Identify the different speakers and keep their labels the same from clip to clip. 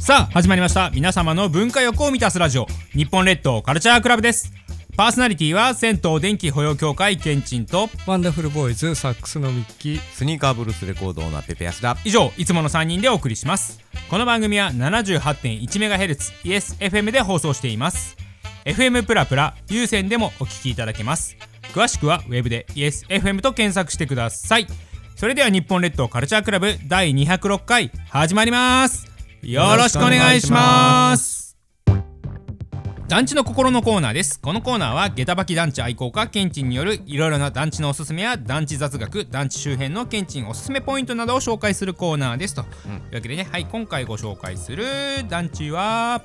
Speaker 1: さあ始まりました皆様の文化欲を満たすラジオ日本列島カルチャークラブですパーソナリティは銭湯電気保養協会けんちんと
Speaker 2: ワンダフルボーイズサックスのミッキー
Speaker 3: スニーカーブルースレコードオーナーペペヤスだ
Speaker 1: 以上いつもの3人でお送りしますこの番組は 78.1MHz イエス FM で放送しています FM プラプラ有線でもお聞きいただけます詳しくはウェブでイエス FM と検索してくださいそれでは日本列島カルチャークラブ第206回始まりますよろしくお願いします団地の心のコーナーですこのコーナーは下駄履き団地愛好家ケンチンによるいろいろな団地のおすすめや団地雑学団地周辺のケンチンおすすめポイントなどを紹介するコーナーですと、いうわけでねはい今回ご紹介する団地は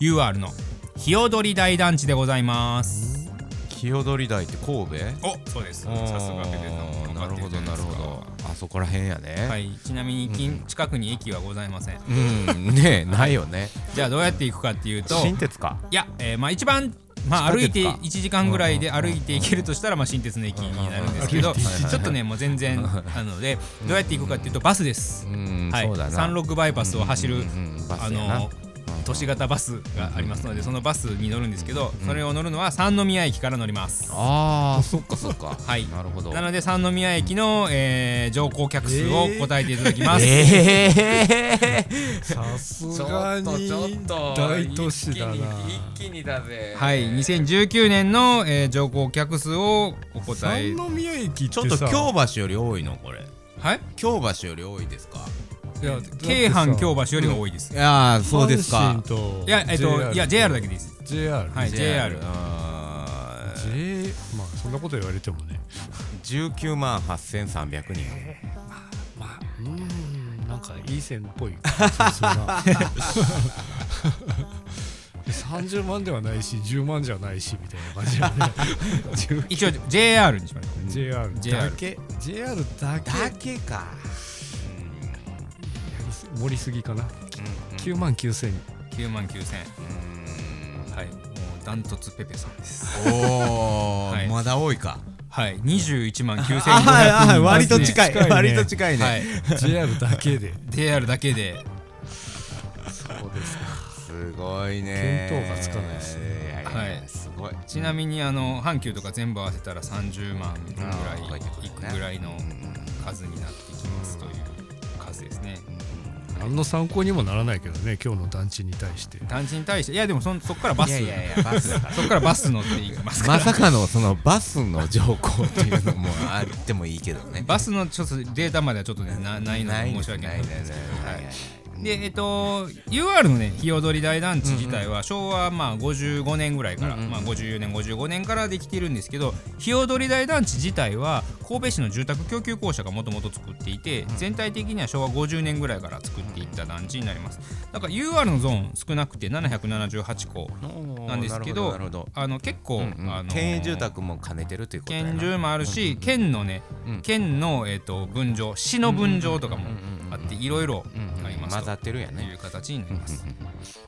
Speaker 1: UR の日踊り大団地でございます
Speaker 3: 清取台って神戸
Speaker 1: おそうです
Speaker 3: あー
Speaker 1: 早速当ててたの分か
Speaker 3: なる
Speaker 1: って
Speaker 3: ほ
Speaker 1: じ
Speaker 3: ど
Speaker 1: ゃい
Speaker 3: な
Speaker 1: です
Speaker 3: る
Speaker 1: か
Speaker 3: ほどあそこらへんやね、
Speaker 1: はいちなみに近近くに駅はございません
Speaker 3: うんねえないよね
Speaker 1: じゃあどうやって行くかっていうと
Speaker 3: 新鉄か
Speaker 1: いや、えーまあ一番、まあ、歩い
Speaker 3: 地
Speaker 1: て
Speaker 3: 下鉄か
Speaker 1: 1時間ぐらいで歩いて行けるとしたら、まあ、新鉄の駅になるんですけど、
Speaker 3: うんうんうん
Speaker 1: ちょっとねもう全 然なのでどうやって行くかっていうとバスです
Speaker 3: う。ん、
Speaker 1: はい、
Speaker 3: そうだな
Speaker 1: 三六バイパスを走る、
Speaker 3: うんうんうんバス
Speaker 1: あ
Speaker 3: やな
Speaker 1: の都市型バスがありますのでそのバスに乗るんですけど、それを乗るのは三宮駅から乗ります。
Speaker 3: あーそっかそっか
Speaker 1: はい
Speaker 3: なるほど
Speaker 1: なので三宮駅の、えー乗降客数を答えていただきます。
Speaker 3: ええ
Speaker 2: さす
Speaker 3: ー、
Speaker 2: がに大都市だな
Speaker 3: 気にだぜ
Speaker 1: はい、2019年の、えー乗降客数をお答え。
Speaker 2: 三宮駅って
Speaker 3: ち
Speaker 2: さ
Speaker 3: ょっと京橋より多いのこれ
Speaker 1: はい。
Speaker 3: 京橋より多いですか
Speaker 2: いやだってさ
Speaker 1: 京阪京橋よりは多いです。
Speaker 3: いやー
Speaker 2: 阪神と
Speaker 1: いや、えっと、いや、JR だけ
Speaker 2: で
Speaker 1: です。
Speaker 2: JR
Speaker 1: はい JR
Speaker 3: あー
Speaker 2: J まあそんなこと言われてもね
Speaker 3: 19万8300人
Speaker 2: うんなんかいい線っぽい感じするな30万ではないし10万じゃないしみたいな感じだね
Speaker 1: 一応 JR にしましょ
Speaker 2: JR
Speaker 1: JR
Speaker 2: だけ JR だけ
Speaker 3: だけか
Speaker 2: 盛りすぎかな9万9000
Speaker 1: う。9万9000
Speaker 3: うー
Speaker 1: はい。もうダントツペペさんです。
Speaker 3: んお
Speaker 1: はい
Speaker 3: ーまだ多いか
Speaker 1: はい。21万9500人。
Speaker 3: ああ割と
Speaker 1: い。
Speaker 3: 近い
Speaker 2: 近いね
Speaker 3: 割と近い
Speaker 1: は
Speaker 3: ね
Speaker 1: い。
Speaker 2: JR だけで
Speaker 1: JR だけで。
Speaker 2: そうですか
Speaker 3: すごいね
Speaker 2: 見当がつかないですね
Speaker 3: やや
Speaker 1: はい
Speaker 3: すごい
Speaker 1: ちなみに、あの、阪急とか全部合わせたら30万ぐら
Speaker 3: あー
Speaker 1: い、いくぐらいの数になってきますという数ですね。
Speaker 2: 何の参考にもならないけどね今日の団地に対して
Speaker 1: 団地に対して、いや、でもそんそっからバス。
Speaker 3: いやいやいやバスだから
Speaker 1: そっからバス乗っていきますか
Speaker 3: ま
Speaker 1: ら。
Speaker 3: さかのそのバスの乗降っていうのもあってもいいけどね
Speaker 1: バスのちょっとデータまではちょっとねなないので申し訳ない
Speaker 3: で
Speaker 1: ですすけど
Speaker 3: な
Speaker 1: はい
Speaker 3: いない
Speaker 1: でえっと UR のね日踊り大団地自体は昭和まあ55年ぐらいから、まあ、54年55年からできているんですけど日踊り大団地自体は神戸市の住宅供給公社がもともと作っていて、全体的には昭和50年ぐらいから作っていった団地になりますだから UR のゾーン少なくて778戸
Speaker 3: ない
Speaker 1: なんですけど
Speaker 3: なるほど
Speaker 1: あの結構、
Speaker 3: なるほどうん
Speaker 1: あ
Speaker 3: うん
Speaker 1: の
Speaker 3: 県営住宅も兼ねてるということやな
Speaker 1: 県中もあるし、県のね、
Speaker 3: うん
Speaker 1: 県の、えっと分譲市の分譲とかもあっていろいろ
Speaker 3: うんうん
Speaker 1: あります
Speaker 3: 混ざ
Speaker 1: と
Speaker 3: ってるや
Speaker 1: いう
Speaker 3: ね
Speaker 1: 形になります。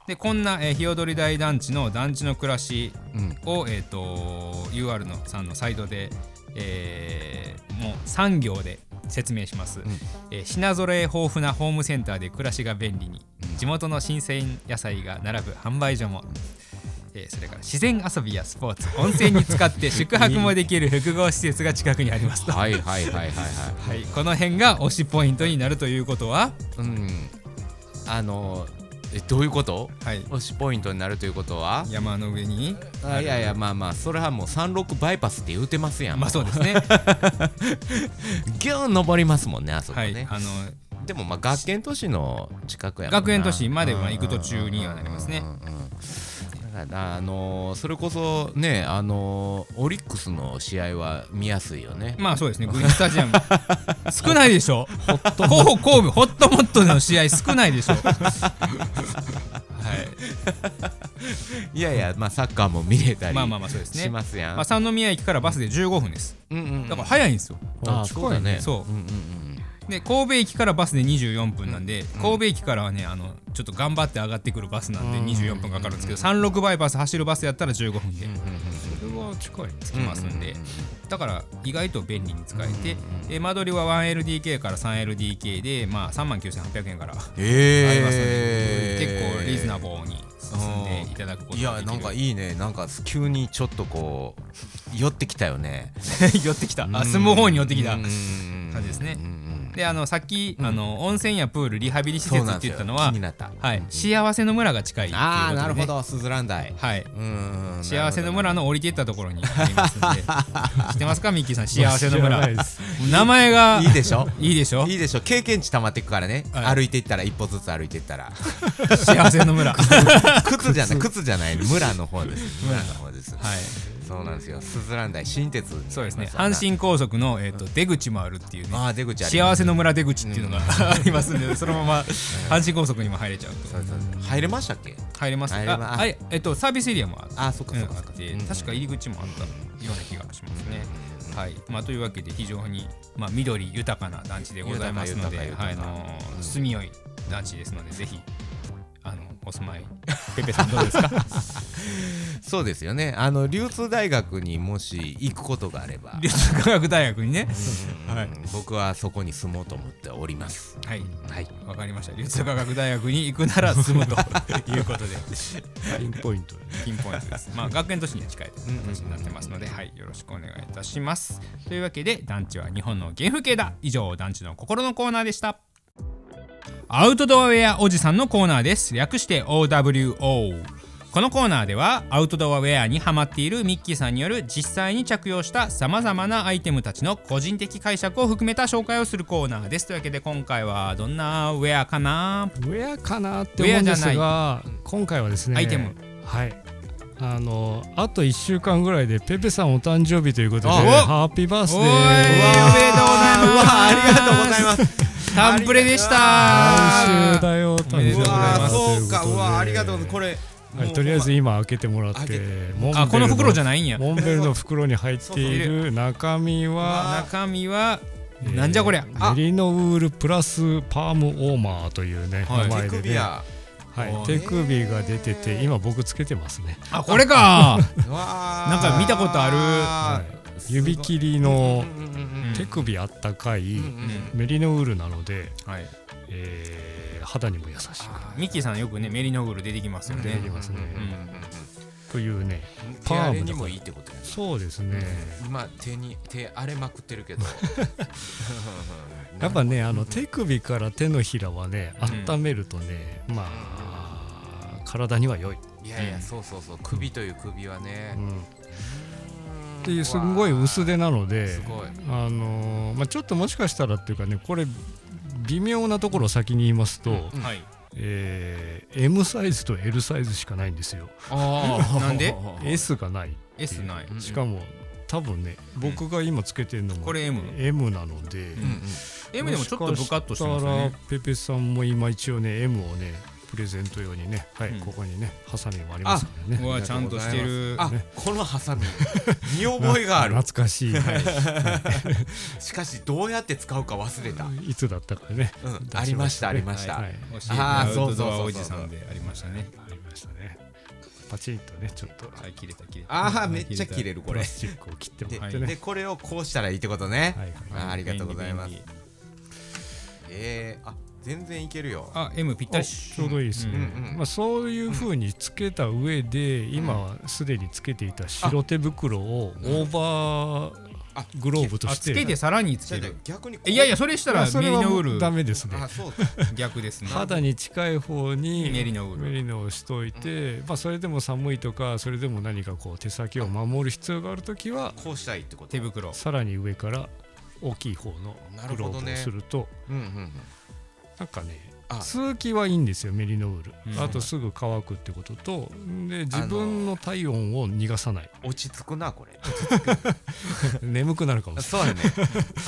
Speaker 1: でこんな、えー、日踊り大団地の団地の暮らし
Speaker 3: うん
Speaker 1: を、えっと UR のさんのサイトで、えーもう3行で説明します、えー品揃え豊富なホームセンターで暮らしが便利に、地元の新鮮野菜が並ぶ販売所も、えーそれから自然遊びやスポーツ温泉に使って宿泊もできる複合施設が近くにありますと、は
Speaker 3: はいはいはいはいはい
Speaker 1: い、この辺が推しポイントになるということは、
Speaker 3: うんあのえどういうこと
Speaker 1: はい、
Speaker 3: 推しポイントになるということは
Speaker 1: 山の上に
Speaker 3: あいやいやまあまあそれはもう36バイパスって言うてますやん
Speaker 1: まあそうですね
Speaker 3: ギューン登りますもんねあ そこ
Speaker 1: はい
Speaker 3: ね、
Speaker 1: あの
Speaker 3: でもまあ学園都市の近くやもんな
Speaker 1: 学園都市までは行く途中にはなりますね
Speaker 3: うんうんうんだからあのーそれこそねあのーオリックスの試合は見やすいよね、
Speaker 1: まあそうですね、グリーンスタジア ム。少ないでしょ。候補神戸、ホットモットの試合少ないでしょ。はい。
Speaker 3: いやいやまあサッカーも見れたり
Speaker 1: まあまあまあそうですね
Speaker 3: しますやん、
Speaker 1: まあ、三宮駅からバスで15分です。
Speaker 3: うんうん
Speaker 1: だから早いんですよ。
Speaker 3: あそうだね
Speaker 1: そ
Speaker 3: うんうんうん
Speaker 1: う。で、神戸駅からバスで24分なんで、神戸駅からはね、あの、ちょっと頑張って上がってくるバスなんで24分かかるんですけど、36バイパス走るバスやったら15分で。それは近い。着きますんで。だから意外と便利に使えて、えー間取りは 1LDK から 3LDK で、まあ、3万9800円から。
Speaker 3: ええ
Speaker 1: ありますのでただくこと
Speaker 3: い
Speaker 1: が
Speaker 3: や
Speaker 1: できる
Speaker 3: なんかいいねなんか急にちょっとこう寄ってきた よね
Speaker 1: 寄ってきたあ相撲方に寄ってきた
Speaker 3: うん
Speaker 1: 感じですね
Speaker 3: うんうん
Speaker 1: であのさっき、あの温泉やプールリハビリ施
Speaker 3: そ
Speaker 1: 設
Speaker 3: う
Speaker 1: っ
Speaker 3: なん
Speaker 1: て
Speaker 3: で
Speaker 1: 言っ
Speaker 3: す
Speaker 1: た
Speaker 3: よ
Speaker 1: のは
Speaker 3: 気に、なった
Speaker 1: はい、幸せの村が近いっていうことで、
Speaker 3: ああ
Speaker 1: ね、
Speaker 3: なるほどスズランダイ
Speaker 1: はい
Speaker 3: うん
Speaker 1: 幸せの村の降りていったところにありますん で知ってますかミッキーさん幸せの
Speaker 2: 知らな
Speaker 1: 村
Speaker 2: いです
Speaker 1: 名前が
Speaker 3: いいでしょ
Speaker 1: いいでしょ
Speaker 3: いいでしょ経験値溜まっていくからね、
Speaker 1: はい
Speaker 3: 歩いていったら一歩ずつ歩いていったら
Speaker 1: 幸せの村はい
Speaker 3: 靴じ ゃない靴じゃない村の方です村の方です、そうなんですよスズランダイ新鉄になります
Speaker 1: そうですね
Speaker 3: わな
Speaker 1: 阪神高速の、えっと出口もあるっていうね
Speaker 3: ああ出口ありま
Speaker 1: 幸
Speaker 3: す
Speaker 1: せの村出口っていうのがありますんでそのまま阪神高速にも入れちゃうと
Speaker 3: そうそうそう入れましたっけ
Speaker 1: 入れます
Speaker 3: 入
Speaker 1: あ
Speaker 3: れま
Speaker 1: はいえっとサービスエリアもあって
Speaker 3: あーそっかそ
Speaker 1: うん
Speaker 3: っかそ
Speaker 1: あ
Speaker 3: っか
Speaker 1: って
Speaker 3: うん
Speaker 1: 確か入り口もあったような気がしますねはいまあというわけで非常にまあ緑豊かな団地でございますので
Speaker 3: 豊か
Speaker 1: はいあ
Speaker 3: 豊か
Speaker 1: のー住みよい団地ですのでぜひあのお住まいペペさんどうですか
Speaker 3: そうですよねあの流通大学にもし行くことがあれば
Speaker 1: 流通科学大学にね
Speaker 3: うん
Speaker 1: はい
Speaker 3: 僕はそこに住もうと思っております
Speaker 1: はい
Speaker 3: はい
Speaker 1: わかりました流通科学大学に行くなら住むということで
Speaker 2: ピンポイントで
Speaker 1: ピンポイントです。まあ学園都市には近い感じになってますので、はい、よろしくお願いいたします。というわけで、団地は日本の原風景だ。以上、団地の心のコーナーでした。アウトドアウェアおじさんのコーナーです。略して OWO。このコーナーではアウトドアウェアにハマっているミッキーさんによる実際に着用したさまざまなアイテムたちの個人的解釈を含めた紹介をするコーナーです。というわけで今回はどんなウェアかな
Speaker 2: ウェアかなって思うんですが今回はですね
Speaker 1: アイテム
Speaker 2: はいあのあと1週間ぐらいでペペさんお誕生日ということで
Speaker 1: あお
Speaker 2: ハッピーバース
Speaker 1: お
Speaker 2: デ
Speaker 1: ー
Speaker 2: ー
Speaker 1: いおめでとうございます
Speaker 3: うわーありがとうございます
Speaker 1: タンプレでした
Speaker 2: 来週だよ誕生日
Speaker 1: おめでとうございます
Speaker 2: とい
Speaker 3: そう
Speaker 2: こと
Speaker 3: か
Speaker 2: で
Speaker 3: うわーありがとうございますこれ
Speaker 2: は
Speaker 3: も
Speaker 2: いうとりあえず今開けてもらっ
Speaker 3: 開け
Speaker 2: て
Speaker 3: て
Speaker 2: モンベルの
Speaker 1: あこの袋じゃないんや
Speaker 2: モンベルの袋に入ってい
Speaker 1: そう
Speaker 2: る中 身は
Speaker 1: 中身は
Speaker 2: えー
Speaker 1: なんじゃこりゃ
Speaker 3: あ
Speaker 2: メリノウールプラスパームオーマーというね
Speaker 1: はい
Speaker 2: 名
Speaker 3: 手
Speaker 2: 前で
Speaker 3: 首
Speaker 2: ね
Speaker 3: や
Speaker 2: はい手首が出てて今僕つけてますね
Speaker 1: あこれか
Speaker 3: うわー
Speaker 1: なんか見たことある
Speaker 2: はい指切りの手首あったかい
Speaker 1: ん
Speaker 2: メリノウールなので
Speaker 1: はい
Speaker 2: えー肌にも優しく
Speaker 1: ミッキーさんよくねメリノグル出てきますよ
Speaker 2: 出て
Speaker 1: ね
Speaker 2: きますね
Speaker 1: うん
Speaker 2: というね
Speaker 3: 手
Speaker 2: パ
Speaker 3: 荒
Speaker 2: ームだから
Speaker 3: れにもいいってことやな
Speaker 2: そうですね
Speaker 3: 今手に手荒れまくってるけど
Speaker 2: やっぱねあの手首から手のひらはね温めるとねまあ体には良い
Speaker 3: いやいやそうそうそう首という首はね
Speaker 2: っていうすんごい薄手なのです
Speaker 3: ごい
Speaker 2: あのーまあ、ちょっともしかしたらっていうかねこれ微妙なところを先に言いますと、
Speaker 1: はい
Speaker 2: えー M サイズと L サイズしかないんですよ
Speaker 3: あ
Speaker 1: ーなんで
Speaker 2: S がない
Speaker 1: S ない
Speaker 3: うん
Speaker 2: しかも多分ね僕が今つけてるのも
Speaker 1: これ M
Speaker 2: M なので、
Speaker 1: M でもちょっとブカッとしてます
Speaker 2: もしか
Speaker 1: ね
Speaker 2: したらペペさんも今一応ね M をねプレゼント用にね、はい
Speaker 1: うん
Speaker 2: ここにねハサミもありますから
Speaker 1: う
Speaker 2: ね
Speaker 1: わちゃんとしてる
Speaker 3: あこのハサミ見覚えがある
Speaker 2: 懐かしい、
Speaker 3: しかしどうやって使うか忘れた
Speaker 2: いつだったかね、
Speaker 3: うんありましたありました
Speaker 2: はいはい
Speaker 1: 教えて
Speaker 3: あ
Speaker 1: ア
Speaker 3: ー
Speaker 1: ウト
Speaker 3: そうそうそうそう
Speaker 1: ドアおじさんでありましたね
Speaker 2: ありましたねパチンとねちょっと
Speaker 1: はい切れた切れた
Speaker 3: ああめっちゃ切れるこ
Speaker 2: プラ
Speaker 3: れ
Speaker 2: スチックを切っても
Speaker 3: で
Speaker 2: らって
Speaker 3: で
Speaker 2: ね
Speaker 3: これをこうしたらいいってことね
Speaker 2: はいはい
Speaker 3: あーありがとうございます
Speaker 1: 便利便利
Speaker 3: えーあ全然いけるよ
Speaker 1: あ M ぴった
Speaker 2: お
Speaker 1: り
Speaker 2: ちょうどいいですね、
Speaker 3: うんうん
Speaker 2: まあ、そういうふうにつけた上で、今すでにつけていた白手袋をオーバ
Speaker 3: あ
Speaker 2: ーグローブと
Speaker 1: あ
Speaker 2: して
Speaker 1: つけてさらにつ
Speaker 3: じゃ
Speaker 1: け
Speaker 3: あじゃあ
Speaker 1: る
Speaker 3: 逆にこう
Speaker 1: いやいやそれした
Speaker 2: ま
Speaker 1: ら
Speaker 2: あそ
Speaker 1: メ
Speaker 2: れ
Speaker 1: リ
Speaker 2: は
Speaker 1: ノ
Speaker 2: も
Speaker 1: ウー
Speaker 2: う
Speaker 1: ル
Speaker 2: ダメですね
Speaker 3: あそう
Speaker 1: 逆ですね
Speaker 2: 肌に近い方に
Speaker 1: メリノウール
Speaker 2: メリノをしといて、まあ、それでも寒いとかそれでも何かこう手先を守る必要がある時は
Speaker 3: こうしたいってこ と
Speaker 1: 手袋
Speaker 2: さらに上から大きい方の
Speaker 3: なる
Speaker 2: グロ
Speaker 3: ほ
Speaker 2: ー
Speaker 3: ど
Speaker 2: ブ
Speaker 3: ね
Speaker 2: をすると
Speaker 3: うんうんうん
Speaker 2: なんかね
Speaker 3: あ
Speaker 2: 通気はいいんですよメリノウール、
Speaker 1: うん
Speaker 2: あとすぐ乾くってこととで自分の体温を逃がさ ない、
Speaker 3: 落ち着くなこれ
Speaker 2: 眠くなるかもし
Speaker 3: そうやね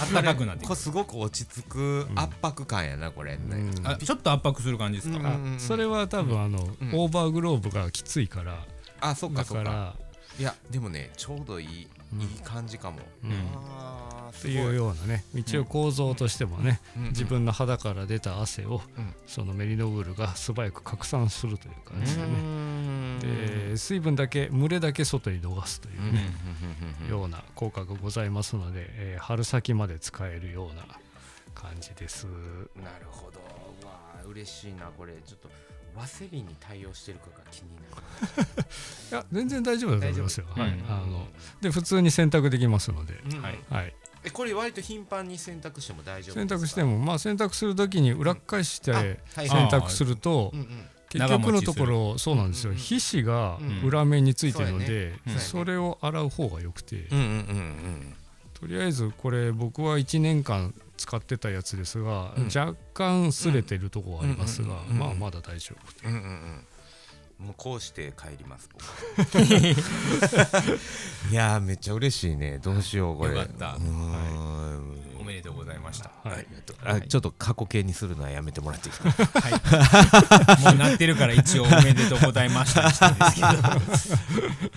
Speaker 1: あったかくなって
Speaker 3: これすごく落ち着く圧迫感やなこれね
Speaker 2: れない、うん
Speaker 1: あちょっと圧迫する感じですか
Speaker 3: うん
Speaker 2: あそれは多分あの、
Speaker 3: ん
Speaker 2: オーバーグローブがきついから、
Speaker 3: あそっか
Speaker 2: だ
Speaker 3: そ
Speaker 2: か
Speaker 3: っからいやでもねちょうどいい
Speaker 2: うん
Speaker 3: いい感じかも
Speaker 2: うん
Speaker 1: うん
Speaker 3: あー
Speaker 2: っ
Speaker 3: す
Speaker 2: て
Speaker 3: ご
Speaker 2: いうようなね一応構造としてもね、
Speaker 3: うんうん
Speaker 2: 自分の肌から出た汗を、
Speaker 3: うん
Speaker 2: そのメリノウールが素早く拡散するという感
Speaker 3: う
Speaker 2: じでね、
Speaker 3: ん
Speaker 2: で水分だけ群れだけ外に逃がすという
Speaker 3: うんうんう
Speaker 2: ね、
Speaker 3: んうん
Speaker 2: ような効果がございますので、えー春先まで使えるような感じです。
Speaker 3: なるほどうわ
Speaker 4: 嬉しいなこれちょっとワセリンに対応してるかが気になる
Speaker 2: いや全然大丈夫だと思いますよ、
Speaker 1: 丈夫
Speaker 2: はい
Speaker 1: うん
Speaker 2: あので普通に洗濯できますので、
Speaker 4: うん
Speaker 1: はい
Speaker 2: はい、
Speaker 4: えこれ割と頻繁に洗濯しても大丈夫
Speaker 2: 洗濯して
Speaker 4: も
Speaker 2: も、まあ、洗濯する時に裏返して
Speaker 4: あは
Speaker 2: 洗
Speaker 4: いはい
Speaker 2: 濯すると
Speaker 4: うんうん
Speaker 2: 結局のところそうなんです
Speaker 4: う
Speaker 2: よ
Speaker 4: んうん
Speaker 2: 皮脂が
Speaker 4: うん
Speaker 2: 裏面についてるので
Speaker 4: そうやね
Speaker 2: それを洗う方がよくて
Speaker 4: うんうんうん
Speaker 2: とりあえずこれ僕は1年間使ってたやつですが
Speaker 4: うん
Speaker 2: 若干擦れてるところはありますが
Speaker 4: うんうん
Speaker 2: まあまだ大丈夫
Speaker 4: うんうんうんうんもうこうして帰ります僕
Speaker 3: いやーめっちゃ嬉しいねどうしようこれよかったうーん
Speaker 1: おめでとうございました。
Speaker 2: はい
Speaker 3: ありがとうあちょっと過去形にするのはやめてもらっていいですか
Speaker 1: もうなってるから一応おめでとうございましたにしてですけ ど。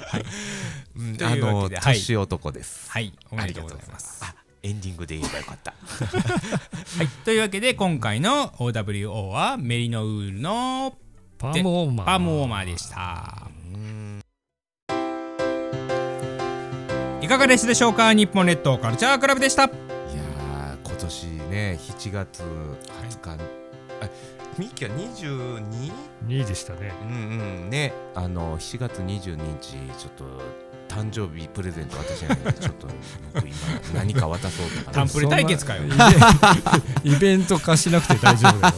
Speaker 3: うん
Speaker 1: と
Speaker 3: あ
Speaker 1: いうわ
Speaker 3: の
Speaker 1: けではい
Speaker 3: 年男です。
Speaker 1: はい、お
Speaker 3: あ
Speaker 1: め
Speaker 3: り
Speaker 1: で
Speaker 3: が
Speaker 1: と
Speaker 3: と
Speaker 1: う
Speaker 3: う
Speaker 1: ござい
Speaker 3: ござい
Speaker 1: ま
Speaker 3: ますす。。あ、エンディングで言えばよかった。
Speaker 1: はい、というわけで今回の OWO はメリノウールの
Speaker 2: パームウォーマー
Speaker 1: パームウォーマーでした。いかがでしたでしょうか日本列島カルチャークラブでした。
Speaker 3: いやー今年ね7月20日、あミキは 22?
Speaker 2: 2位でしたね
Speaker 3: うんうんねあの7月22日ちょっと誕生日プレゼント渡してないのでちょっと僕今何か渡そう とか
Speaker 1: タンプレ対決かよ
Speaker 2: そんなイベイベント化しなくて大丈夫だよ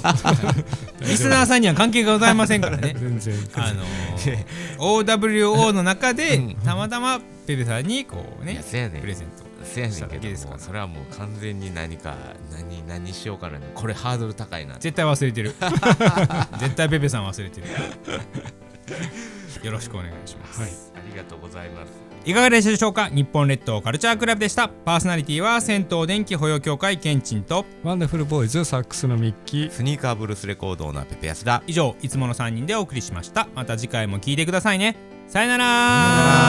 Speaker 1: リスナーさんには関係がございませんからね。
Speaker 2: 全然
Speaker 1: あのー OWO の中でたまたまペペさんにこう
Speaker 3: いや
Speaker 1: ね
Speaker 3: せやねん
Speaker 1: プレゼント
Speaker 3: せやね
Speaker 1: した
Speaker 3: ん
Speaker 1: だけ
Speaker 3: け
Speaker 1: で
Speaker 3: ど
Speaker 1: すか
Speaker 3: も
Speaker 1: ら
Speaker 3: それはもう完全に何か何何しようかなこれハードル高いな
Speaker 1: 絶対忘れて る絶対ペペさん忘れてるよろしくお願いします、
Speaker 2: はい
Speaker 4: ありがとうございます
Speaker 1: いかがでしたでしょうか日本列島カルチャークラブでしたパーソナリティは銭湯電気保養協会ケンチンと
Speaker 2: ワンダフルボーイズサックスのミッキー
Speaker 3: スニーカーブルースレコードのペペヤスだ
Speaker 1: 以上いつもの3人でお送りしましたまた次回も聞いてくださいねさよなら